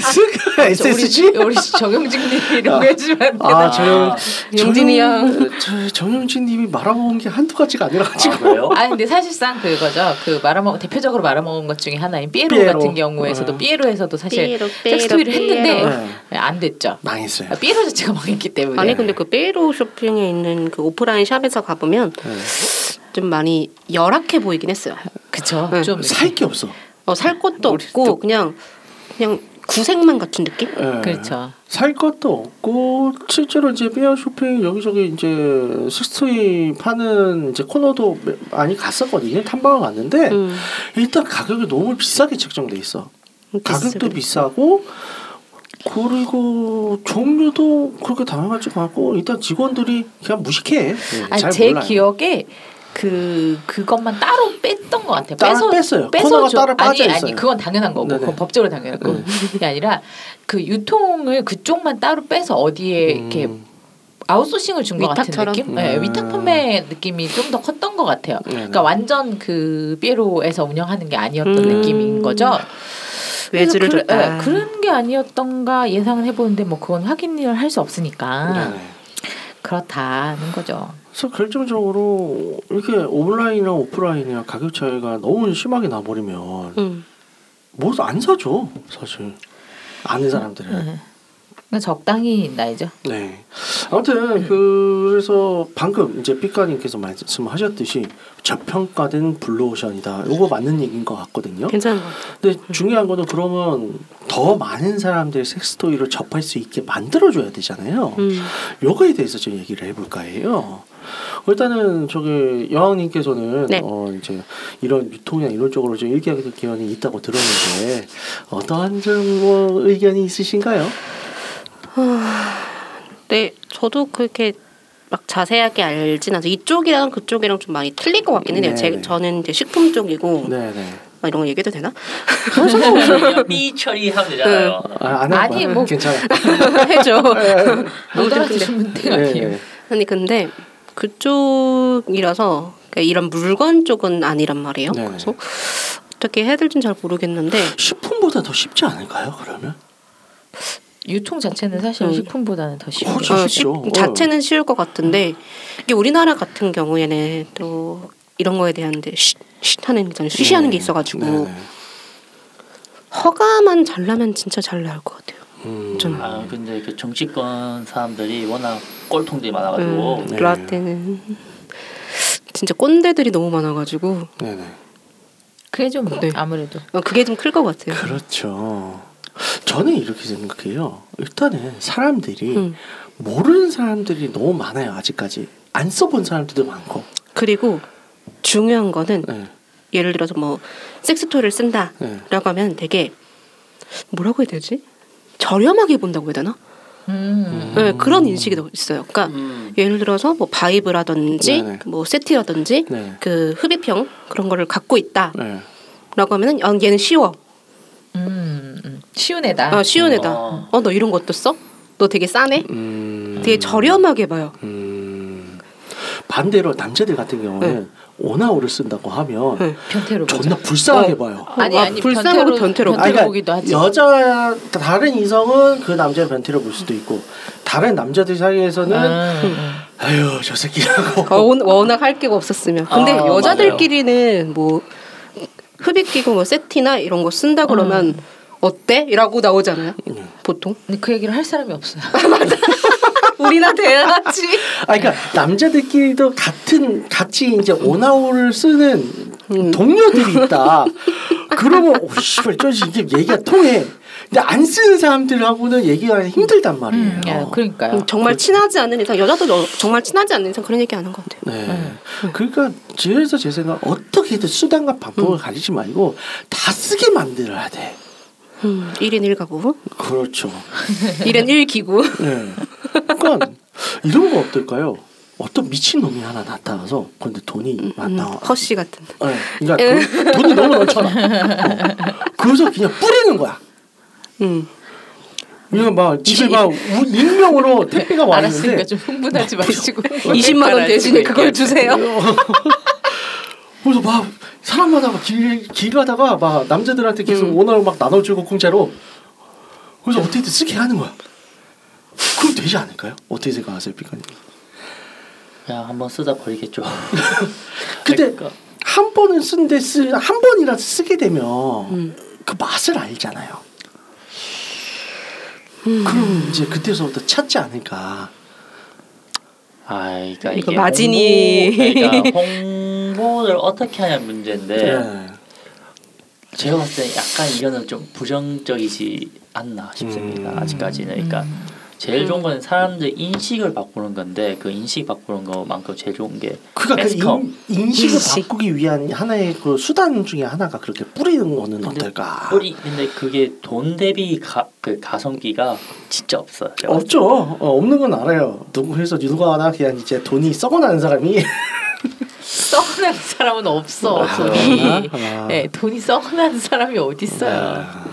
스가 SSG? 그렇죠. 우리, 우리 정영진님 이런 거 해주면 안 되나? 아, 저 용진이 형. 저 정영진 님이 말아먹은 게 한두 가지가 아니라 가지고. 아, (laughs) 그래요? 아 근데 사실상 그거죠. 그 말아먹 대표적으로 말아먹은 것 중에 하나인 삐에로, 삐에로. 같은 경우에서도 네. 삐에로에서도 사실 삐에로, 섹스토이를 삐에로, 했는데 네. 안 됐죠. 망했어요. 아, 삐에로 자체가 망했기 때문에. 네. 아니 근데 그 베이로 쇼핑에 있는 그 오프라인 샵에서 가보면 네. 좀 많이 열악해 보이긴 했어요. 그쵸. 네. 좀 살 게 없어. 어, 살 것도 없고 그냥 그냥 구색만 갖춘 느낌? 예. 그렇죠. 살 것도 없고 실제로 이제 삐아 쇼핑 여기저기 이제 식스토이 파는 이제 코너도 많이 갔었거든요. 탐방을 갔는데 음. 일단 가격이 너무 비싸게 책정돼 있어. 가격도 비싸게. 비싸고 그리고 종류도 그렇게 다양하지가 않고 일단 직원들이 그냥 무식해. 예, 아니 잘 제 몰라요. 기억에 그 그것만 따로 뺐던 것 같아요. 빼서 따로 뺐어요. 빼서 코너가 줘- 따로 빠져 아니 있어요. 아니 그건 당연한 거고 네네. 그건 법적으로 당연한 거고 (laughs) 그게 아니라 그 유통을 그쪽만 따로 빼서 어디에 이렇게 음. 아웃소싱을 준 것 같은 위탁처럼? 느낌? 네, 음. 위탁 판매 느낌이 좀 더 컸던 것 같아요. 네네. 그러니까 완전 그 삐에로에서 운영하는 게 아니었던 음. 느낌인 거죠. 외주를 그래서 줬다. 예, 그런 게 아니었던가 예상은 해보는데 뭐 그건 확인을 할 수 없으니까 네네. 그렇다는 거죠. 아. 그래서 결정적으로 이렇게 온라인이랑 오프라인이랑 가격 차이가 너무 심하게 나버리면 음. 뭐 안 사죠 사실 아는 사람들은 네. 그러니까 적당히 나이죠. 네. 아무튼 그래서 방금 이제 삐까님께서 말씀하셨듯이 저평가된 블루오션이다. 이거 맞는 얘기인 것 같거든요. 괜찮은 것 같아요. 근데 중요한 거는 그러면 더 많은 사람들이 섹스토이를 접할 수 있게 만들어줘야 되잖아요. 음. 요거에 대해서 좀 얘기를 해볼까 해요. 일단은 저기 여왕님께서는 네. 어 이제 이런 유통이나 이런 쪽으로 좀 일기하게 될 기원이 있다고 들었는데 어떠한 좀뭐 의견이 있으신가요? 네, 저도 그렇게 막 자세하게 알진 않아서 이쪽이랑 그쪽이랑 좀 많이 틀릴 것 같기는 해요. 제, 네네. 저는 이제 식품 쪽이고 네네. 아, 이런 거 얘기해도 되나? 그냥 삐 처리하면 되잖아요. 아, 안 아니, 할까요? 뭐- 괜찮아. (laughs) 해줘. 못 아무튼 근데 알아주시면 땡 아니에요. 네. 아니 근데 그쪽이라서 그러니까 이런 물건 쪽은 아니란 말이에요. 네네. 그래서 어떻게 해야 될지는 잘 모르겠는데 식품보다 더 쉽지 않을까요? 그러면 유통 자체는 사실 음. 식품보다는 더 쉬워요. 그렇죠. 어, 쉽죠. 쉽- 자체는 쉬울 것 같은데 이게 우리나라 같은 경우에는 또 이런 거에 대한 이제 쉿, 쉿 하는 게 있잖아요. 쉬쉬하는 게 네. 있어가지고 네네. 허가만 잘 나면 진짜 잘 나올 것 같아요. 음, 좀. 아 근데 그 정치권 사람들이 워낙 꼴통들이 많아가지고 음, 네. 라떼는 진짜 꼰대들이 너무 많아가지고 네네. 그게 좀 네. 아무래도 어, 그게 좀 클 것 같아요. 그렇죠. 저는 이렇게 생각해요. 일단은 사람들이 음. 모르는 사람들이 너무 많아요. 아직까지 안 써본 사람들도 많고. 그리고 중요한 거는 네. 예를 들어서 뭐 섹스토를 쓴다라고 네. 하면 되게 뭐라고 해야 되지? 저렴하게 본다고 해야 되나? 음. 네, 그런 인식이 더 있어요. 그러니까 음. 예를 들어서 뭐 바이브라든지 네네. 뭐 세티라든지 네. 그 흡입형 그런 거를 갖고 있다라고 네. 하면은 아, 얘는 쉬워. 음, 음. 쉬운 애다. 아, 쉬운 애다. 어. 어 너 이런 것도 써? 너 되게 싸네. 음. 되게 저렴하게 봐요. 음. 반대로 남자들 같은 경우는 네. 오나오를 쓴다고 하면 네. 변태로 보죠. 존나 불쌍하게 봐요. 아니 아, 아니 불쌍하고 변태로 아니, 그러니까 네. 보기도 하지. 음, 여자 다른 이성은 그 남자 의 변태로 볼 수도 있고 다른 남자들 사이에서는 음, 음. 아유 저 새끼라고 어, 원- 워낙 할 게가 없었으면. 근데 아, 여자들끼리는 뭐 흡입기구 뭐 세티나 이런 거 쓴다 그러면 음. 어때? 이라고 나오잖아요. 음. 보통. (laughs) 근데 그 얘기를 할 사람이 없어요. 우리나 대같이. 아, 그러니까 남자들끼리도 같은 같이 이제 오나오를 쓰는 음. 동료들이 있다. 그러면 오 씨발 저 이게 얘기가 통해. 근데 안 쓰는 사람들하고는 얘기가 힘들단 말이에요. 음, 예, 아, 그러니까요. 정말 친하지 않은 이상 여자도 여- 정말 친하지 않는 이상 그런 얘기 안 한 것 같아요. 네. 그러니까 그래서 제 생각 어떻게든 수단과 방법을 가리지 말고 다 쓰게 만들어야 돼. 음, 1인 1가구. 그렇죠. 1인 1기구. 네. 그러니까 이런 거 어떨까요? 어떤 미친 놈이 하나 나타나서 근데 돈이 막 음, 나와 허씨 같은. 네, 그러니까 돈, 이 너무 넘쳐나. 어. 그래서 그냥 뿌리는 거야. 음. 그냥 막 집에 막 우- 익명으로 택배가 와 알았으니까 있는데 좀 흥분하지 마시고 20만 원 대신에 그걸 주세요. 그래서 막 사람마다 막길 가다가 막 남자들한테 계속 원화를 막 나눠주고 공짜로 그래서 어떻게든 쓰게 하는 거야. 그럼 되지 않을까요? 어떻게 생각하세요, 피카님? 그냥 한번 쓰다 버리겠죠. (laughs) 근데 그러니까. 한 번은 쓴데 쓰, 한 번이라도 쓰게 되면 그 맛을 알잖아요. 그럼 이제 그때서부터 찾지 않을까. 아, 그러니까 이거 이게 마진이. 홍보, (laughs) 그러니까 홍보를 어떻게 하냐 문제인데 네. 제가 봤을 때 약간 이거는 좀 부정적이지 않나 싶습니다. 음. 아직까지는 그러니까 제일 좋은 건 사람들 인식을 바꾸는 건데 그 인식 바꾸는 것만큼 제일 좋은 게 그러니까 그 매스컴. 인, 인식을 인식. 바꾸기 위한 하나의 그 수단 중에 하나가 그렇게 뿌리는 거는 근데 어떨까? 뿌리 근데 그게 돈 대비 가, 그 가성비가 진짜 없어요. 제가 봤을 때. 없죠. 어, 없는 건 알아요. 누구 해서 누가 하나 그냥 이제 돈이 썩어나는 사람이 썩어난 사람은 없어. 아, 돈이 그러나? 아. 네, 돈이 썩어난 사람이 어디 있어요? 아,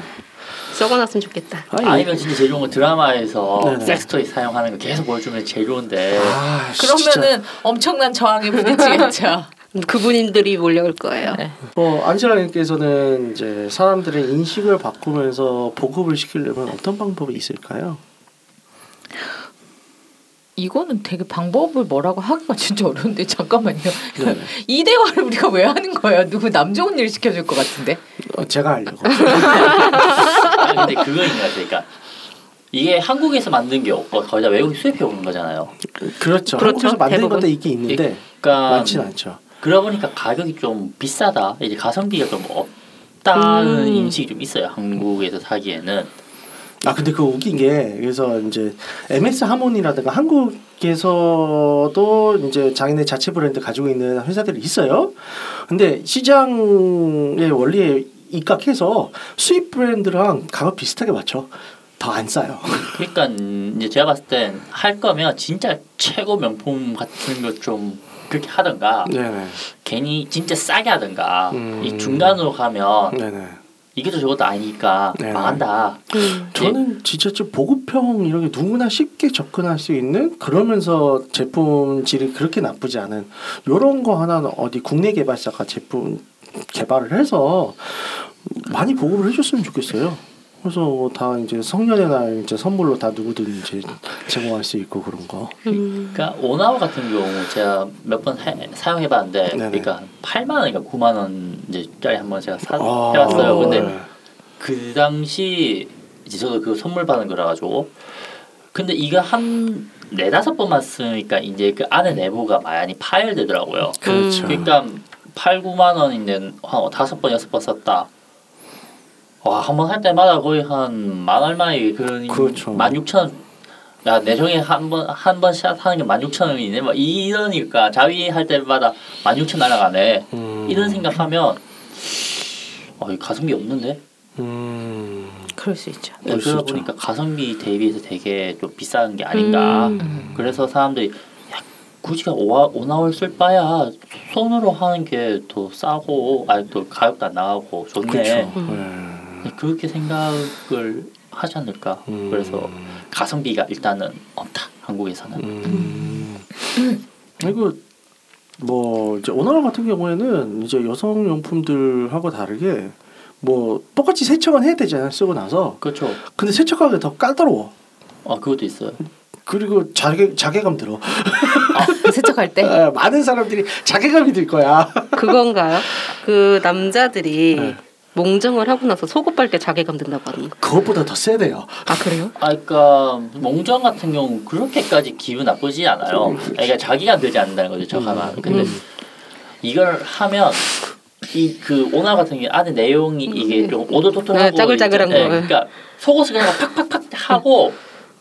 썩어놨으면 좋겠다. 아니, 아니면 진짜 제일 좋은 건 드라마에서 네네. 섹스토이 사용하는 거 계속 보여주면 제일 좋은데 아, 진짜. 그러면은 엄청난 저항에 (laughs) 부딪히겠죠. 그분들이 몰려올 거예요. 네. 어, 안젤라님께서는 이제 사람들의 인식을 바꾸면서 보급을 시키려면 어떤 방법이 있을까요? 이거는 되게 방법을 뭐라고 하기가 진짜 어려운데 잠깐만요. 네. (laughs) 이 대화를 우리가 왜 하는 거예요? 누구 남 좋은 일 시켜줄 것 같은데? 어, 제가 하려고. 근데 그거인 것 같아. 그러니까 이게 한국에서 만든 게 없고 거의 다 외국 수입해 온 거잖아요. 그렇죠. 그렇죠. 한국에서 만든 대부분. 것도 있긴 있는데 그러니까 많진 않죠. 그러다 보니까 가격이 좀 비싸다. 이제 가성비가 좀 없다는 음. 인식이 좀 있어요. 한국에서 사기에는. 아 근데 그 웃긴 게 그래서 이제 MS 하모니라든가 한국에서도 이제 자기네 자체 브랜드 가지고 있는 회사들이 있어요. 근데 시장의 원리에 입각해서 수입 브랜드랑 가격 비슷하게 맞춰. 더 안 싸요. 그러니까 이제 제가 봤을 땐 할 거면 진짜 최고 명품 같은 거 좀 그렇게 하던가 (laughs) 네네. 괜히 진짜 싸게 하던가 음. 이 중간으로 가면 네네. 이것도 저것도 아니니까 네. 망한다. 음, 네. 저는 진짜 좀 보급형 이런 게 누구나 쉽게 접근할 수 있는 그러면서 제품 질이 그렇게 나쁘지 않은 이런 거 하나는 어디 국내 개발사가 제품 개발을 해서 많이 보급을 해줬으면 좋겠어요. 그래서 뭐다 이제 성년의 날 이제 선물로 다 누구든 이제 제공할 수 있고 그런 거. 음. 그러니까 오나와 같은 경우 제가 몇 번 사용해봤는데 네네. 그러니까 8만 원인가 9만 원 이제 짜리 한번 제가 사 아, 해봤어요. 근데 네. 그 당시 이제 저도 그 선물 받은 거라 가지고 근데 이거 한 네다섯 번만 쓰니까 이제 그 안에 내부가 많이 파열되더라고요. 그렇죠. 그러니까 8, 9만 원인데 한 어, 다섯 번 여섯 번 썼다. 와, 한 번 할 때마다 거의 한 만 얼마에 그런 그렇죠. 만 육천 원. 야, 내 종에 한번한번샷 하는 게 만 육천 원이네. 막 이러니까 자위 할 때마다 만 육천 날아가네. 음, 이런 생각하면 어, 이 가성비 없는데? 음, 그럴 수 있죠. 네, 볼수 그러다 있죠. 보니까 가성비 대비해서 되게 좀 비싼 게 아닌가. 음. 그래서 사람들이 야, 굳이 오아, 오나홀 쓸 바야 손으로 하는 게 더 싸고 아니 또 가격도 안 나가고 좋네. 그렇죠. 네, 그렇게 생각을 하지 않을까. 음. 그래서 가성비가 일단은 없다 한국에서는. 음. 그리고 뭐 이제 오나라 같은 경우에는 이제 여성 용품들하고 다르게 뭐 똑같이 세척은 해야 되잖아요 쓰고 나서 그렇죠. 근데 세척하기 더 까다로워 아 그것도 있어요. 그리고 자괴 자괴감 들어 그 세척할 때 에, 많은 사람들이 자괴감이 들 거야 그건가요? 그 남자들이 네. 몽정을 하고 나서 속옷 빨 때 자괴감 든다고 하는 거. 그것보다 더 세대요 아 그래요? 아, 그러니까 몽정 같은 경우 그렇게까지 기분 나쁘지 않아요. 그러니까 자기가 되지 않는다는 거죠. 저 하나. 근데 이걸 하면 이 그 오나 같은 게 안에 내용이 이게 좀 오도토토하고 음. 네, 짜글짜글한 이제, 네, 거. 그러니까 속옷을 그냥 팍팍팍 하고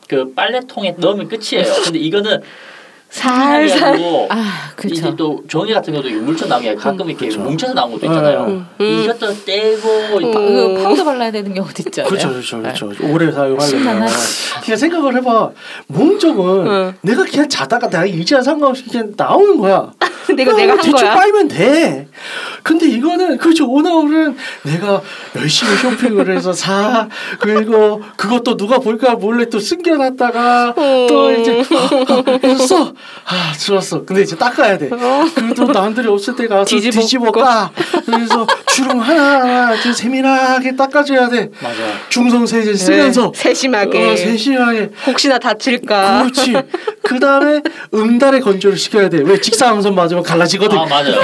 그 빨래통에 넣으면 끝이에요. 근데 이거는 아, 살살. 하고 아 이제 그렇죠. 또 종이 같은 것도 이게 물쳐 나온 게 가끔 이렇게 그쵸. 뭉쳐서 나온 것도 있잖아요. 음. 음. 이것저것 떼고 이렇게 그 파우더 발라야 되는 경우도 있잖아요. 네. 그렇죠 그렇죠 그렇죠 오래 사용하려면 심란하지. 그냥 생각을 해봐 몸쪽은 응. 내가 그냥 자다가 내가 일지나 상관없이 그냥 나오는 거야 근데 이거 내가 한 대충 거야? 빨면 돼. 근데 이거는 그렇죠. 오나홀은 내가 열심히 쇼핑을 해서 사 그리고 그것도 누가 볼까 몰래 또 숨겨놨다가 또 음. 이제 (laughs) 썼어. 아 좋았어. 근데 이제 닦아야 돼. 그리고 또 남들이 없을 때 가서 뒤집어 뒤집어 까. 그래서 주름 하나 하나 좀 세밀하게 닦아줘야 돼. 맞아. 중성 세제 쓰면서 네, 세심하게. 아. 어, 세심하게 혹시나 다칠까. 그렇지. 그 다음에 음달의 건조를 시켜야 돼. 왜 직사광선 맞으면 갈라지거든. 아 맞아요.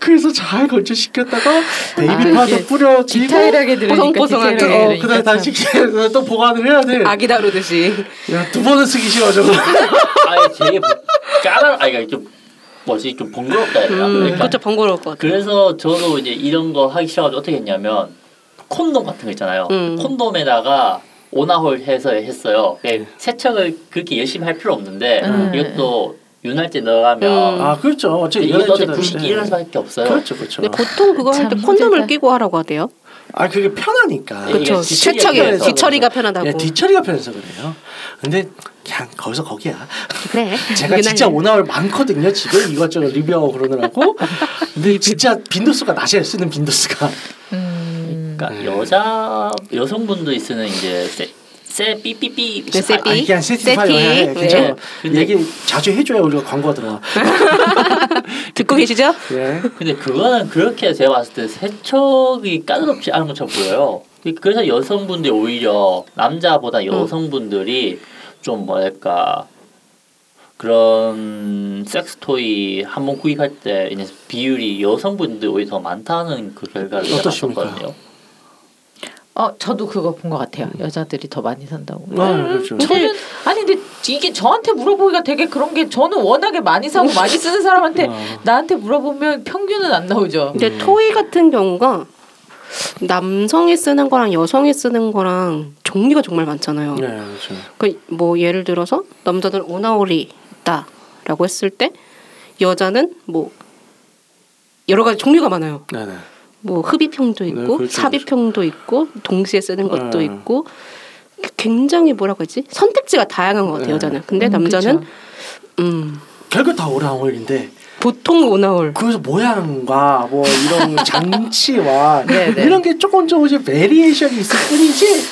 그래서 잘 아, 건조시켰다가 베이비 파우더 뿌려지고 그, 디테일하게 들으니까 뽀송뽀송하게. 디테일하게 어, 들으니까 그다음에 다시 식혀서 또 보관을 해야 돼. 아기 다루듯이. 야, 두 번은 쓰기 싫어 저거. 아예 되게 까다로 아이가 좀 뭐지 좀 번거롭다 해야 되나? 음, 그러니까 그것도 번거로울 것 같아. 그래서 저도 이제 이런 거 하기 싫어가지고 어떻게 했냐면 콘돔 같은 거 있잖아요. 음. 콘돔에다가 오나홀 해서 했어요. 예, 음. 세척을 그렇게 열심히 할 필요 없는데 음. 이것도 윤활제 넣어가면 음. (laughs) 아 그렇죠. 어차피 이것도 어차피 연애제는- 부식이 네. 일어날 수밖에 없어요. 그렇죠, 그렇죠. 근데 보통 그거 할 때 참 콘돔을 힘들다. 끼고 하라고 하대요. 아 그게 편하니까. 이게 그렇죠. 뒤처리가 세척이 편해서. 뒤처리가 편하다고. 예, 뒤처리가 편해서 그래요. 근데 그냥 (laughs) 거기서 거기야. 네. 그래. 제가 진짜 오나홀 많거든요 집에 이것저것 리뷰하고 그러느라고. 근데 진짜 빈도수가 낮아요 쓰는 빈도수가. 음, 그러니까 여자 여성분들이 쓰는 이제 세, 세 삐삐삐 네, 세 아, 삐. 그냥 세팅파이어 해. 세팅. 괜찮아. 네. 얘기 자주 해줘야 우리가 광고가 들어와. 듣고 계시죠? 예. 근데 그거는 그렇게 제가 봤을 때 세척이 까다롭지 않은 것처럼 보여요. 그래서 여성분들이 오히려 남자보다 여성분들이 좀 뭐랄까 그런 섹스토이 한 번 구입할 때 이제 비율이 여성분들이 오히려 더 많다는 그 결과를 제가 어떠십니까? 봤었거든요. 어 저도 그거 본 것 같아요. 여자들이 더 많이 산다고. 아, 그렇죠. 저는 아니 근데 이게 저한테 물어보기가 되게 그런 게 저는 워낙에 많이 사고 많이 쓰는 사람한테 아. 나한테 물어보면 평균은 안 나오죠. 근데 음. 토이 같은 경우가 남성이 쓰는 거랑 여성이 쓰는 거랑 종류가 정말 많잖아요. 네, 그렇죠. 그 뭐 예를 들어서 남자들 오나오리 있다라고 했을 때 여자는 뭐 여러 가지 종류가 많아요. 네, 네. 뭐 흡입형도 있고 네, 그렇죠, 삽입형도 있고 동시에 쓰는 것도 네. 있고 굉장히 뭐라고 하지 선택지가 다양한 것 같아요 네. 여자는 근데 음, 남자는 그쵸. 음 결국 다 오랑오일인데 보통 오나홀 그래서 모양과 뭐 이런 장치와 네, 네. 이런 게 조금 조금씩 베리에이션이 있을 뿐이지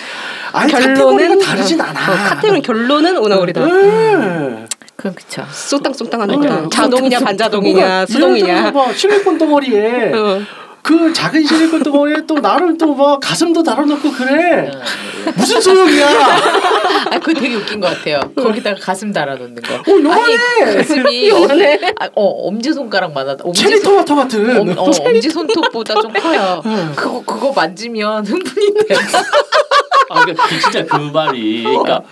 아예 결론은 카테고리가 다르진 않아. 어, 카테고리 결론은 오나홀이다 네. 그럼 그쵸. (laughs) 쏠땅쏠땅하니까 음. 자동이냐 반자동이냐 그러니까 예를 수동이냐. 들어서 막 (laughs) 실리콘 덩어리에 어. 그 작은 실리콘 덩어리에 또 나름 또 막 가슴도 달아놓고 그래 무슨 소용이야? 아 그거 되게 웃긴 것 같아요. 거기다가 가슴 달아놓는 거. 어 요만해 아니 가슴이 엄, 아, 어 엄지 손가락만 하다. 체리 토마토 같은. 엄, 어, 엄지 손톱보다 좀 커요. 그거 그거 만지면 흥분인데. 아, 그러니까 그 진짜 그 말이. 그러니까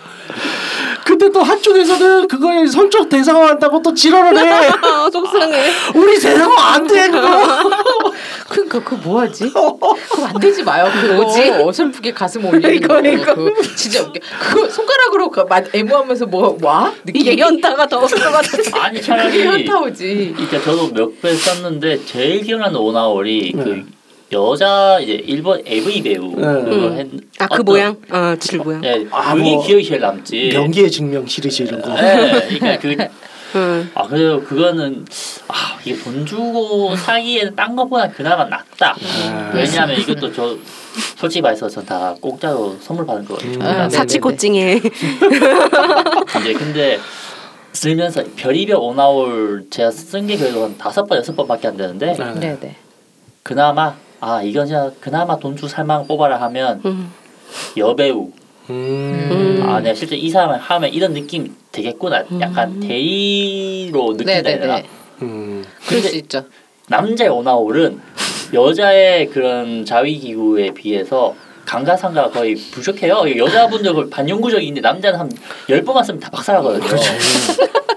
근데 또 한쪽에서는 그거에 성적 대상화한다고 또 지랄을 해. 아 속상해. 우리 대상화 안돼 그거. 그러니까 그거 뭐하지? 그거 만들지 마요. 그거 뭐지? 어설프게 가슴 올리는 거. 그 진짜 웃겨. 그거 손가락으로 가- 마- 애무하면서 뭐 와? 이게 연타가 더 올라가서 아니 그게 차라리 현타 오지. 그러니까 저도 몇 번 썼는데 제일 기억나는 오나홀이 네. 그 여자 이제 일본 AV 배우 그거 음. 했. 아 그 어떤- 모양 아질 예. 모양 네, 아, 그게 뭐 기억이 제일 예. 남지. 명기의 증명 시리즈 이런 거. 네, 그러니까 그 응. 아 그래서 그거는 아 이게 돈 주고 사기에는 딴 것보다 그나마 낫다. 왜냐하면 이것도 저 솔직히 말해서 전 다 공짜로 선물 받은 거거든요. 음. 아, 네네네. 사치코찡에 이제 근데 쓰면서 별의별 오나올 제가 쓴 게 그래도 한 다섯 번 여섯 번밖에 안 되는데 네. 네네. 그나마 아 이건 진짜 그나마 돈 주 살만 뽑아라 하면 음. 여배우 음. 아 내가 실제 이 사람을 하면 이런 느낌 되겠구나 약간 대의로 느낀다 해야 되나 네네네. 음. 그럴 근데- 수 있죠. 남자의 오나홀은 여자의 그런 자위기구에 비해서 강가상가가 거의 부족해요. 여자분들 반영구적인데 남자는 한 열번 왔으면 다 박살나거든요.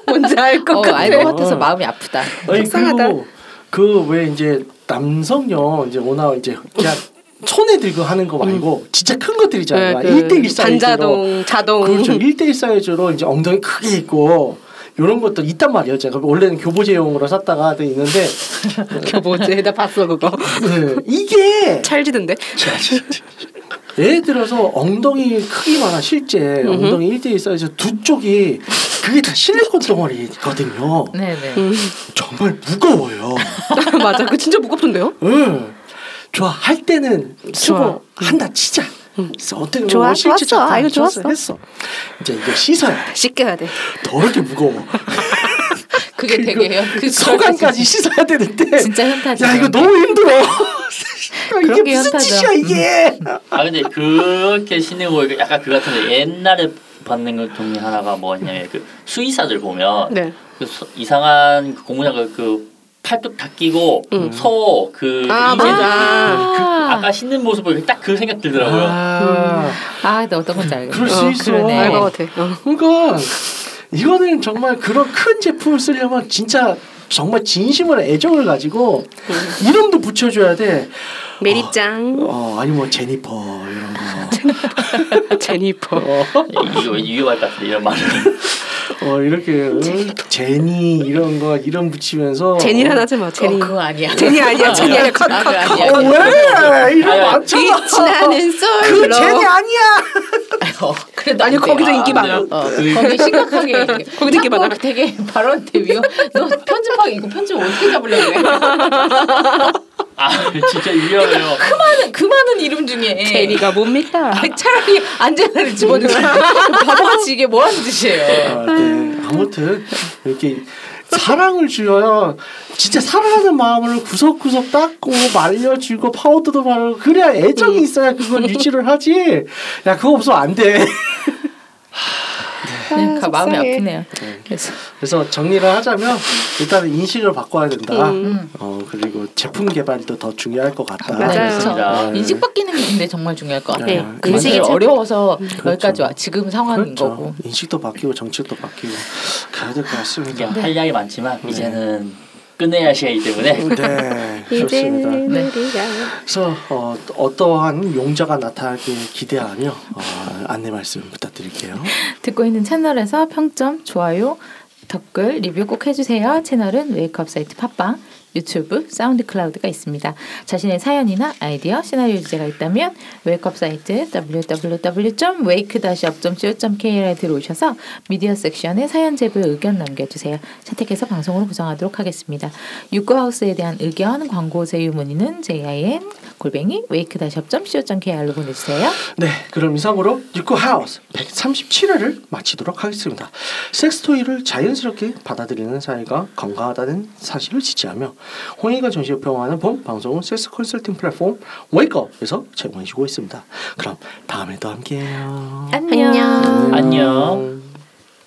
뭔지 그 알 것 어, 같아. 알것 같아서 마음이 아프다. 아니 속상하다. 그리고 그 왜 이제 남성용 이제 오나 이제 그냥 손에 들고 하는 거 말고 음. 진짜 큰 것들 네, 있잖아요. 그 1대1 사이즈로. 반자동 자동. 그렇죠. 1대1 사이즈로 이제 엉덩이 크게 있고 요런 것도 있단 말이에요. 제가 원래는 교보제용으로 샀다가 돼 있는데 교보제에다 봤어 그거. 네, 이게 찰지던데. 예를 들어서 엉덩이 크기만한 실제 엉덩이 1대1 사이즈 두 쪽이 그게 다 실리콘 덩어리거든요. 네네. 정말 무거워요. 맞아. 그 진짜 무겁던데요? 응. 좋아 할 때는 쓰고 한다 치자. 그래서 어떻게 보면 좋아, 실제 좋았어. 작품 아, 이거 좋았어. 했어. 이제 이거 씻어야 돼. 씻겨야 돼 더럽게 무거워. 그게 되게 현- 그 소감까지 씻어야 되는데. 진짜 현타죠. 야 이거 너무 힘들어. (laughs) 이게 그런 게 무슨 현타죠. 짓이야 이게. 아 근데 그렇게 신의 고 약간 그 같은데 옛날에 받는 것 중에 하나가 뭐였냐면 그 수의사들 보면 네. 그 수- 이상한 그 고무장 그- 그 팔뚝 다 끼고 소그 음. 아, 맞아. 아, 아까 신는 모습을 딱 그 생각 들더라고요. 아, 아, 나 어떤 건지 알겠어. 그럴 수 어, 있어. 그러네. 알 것 같아 어. 그러니까 이거는 정말 그런 큰 제품을 쓰려면 진짜 정말 진심으로 애정을 가지고 이름도 붙여줘야 돼. 메리짱 어 아니 뭐 제니퍼 이런 거. 제니퍼 이거 왠지 위험할 것 같은데 이런 말을. 어 이렇게 어, 제니 이런 거 이름 붙이면서 제니란 하지 마 제니 제니 그거 아니야. 제니 어, 아니야 제니 아니야 아, 그거 컷컷컷 아니야. 어, 그거 왜 이름 아니, 맞춰? 빛나는 그 솔로 제니 아니야. 어, 그래도 아니, 안 돼. 거기서 인기 아, 많아. 어, 거기 (laughs) 심각하게 거기서 인기 많아. 되게 (laughs) 발언한테 위험. 너 편집하기 이거 편집 어떻게 잡으려고 해? 아 (laughs) 진짜 위험해요. 그 많은 그 많은 이름 중에 제니가 뭡니까? 아, 차라리 안젤라를 (laughs) 집어넣는 바보같이 이게 뭐 하는 짓이에요. 아, 네. 아무튼 이렇게 사랑을 주어요. 진짜 사랑하는 마음을 구석구석 닦고 말려주고 파우더도 바르고 그래야 애정이 있어야 그걸 유지를 하지. 야 그거 없으면 안 돼. 네, 가- 마음이 속상해. 아프네요. 네. 그래서 그래서 정리를 하자면 일단은 인식을 바꿔야 된다. 음. 어 그리고 제품 개발도 더 중요할 것 같다. 맞아요. 맞습니다. 네. 인식 바뀌는 게 근데 정말 중요할 것 같아요. 네. 네. 그 인식이 맞아요. 어려워서 그렇죠. 여기까지 와 지금 상황인 그렇죠. 거고. 인식도 바뀌고 정책도 바뀌고 그래야 될 것 이게 같습니다. 할 이야기 많지만 이제는 끝내야 할 시간이기 때문에 네, 좋습니다. 이제는 네. 우리가 그래서 어, 어떠한 용자가 나타나길 기대하며 어, 안내 말씀 부탁드릴게요. 듣고 있는 채널에서 평점, 좋아요, 댓글, 리뷰 꼭 해주세요. 채널은 웨이크업 사이트 팟빵, 유튜브, 사운드 클라우드가 있습니다. 자신의 사연이나 아이디어, 시나리오 주제가 있다면 웨이크업 사이트 www.wake-up.co.kr에 들어오셔서 미디어 섹션에 사연 제보 의견 남겨주세요. 채택해서 방송으로 구성하도록 하겠습니다. 유쿠하우스에 대한 의견, 광고 제휴 문의는 jin 골뱅이 wake-up.co.kr로 보내주세요. 네, 그럼 이상으로 육구 하우스 137회를 마치도록 하겠습니다. 섹스토이를 자연스럽게 받아들이는 사회가 건강하다는 사실을 지지하며 홍익과 정신을 평화하는 본 방송은 섹스 컨설팅 플랫폼 웨이크업에서 제공해주고 있습니다. 그럼 다음에 또 함께해요. 안녕. 안녕. 음.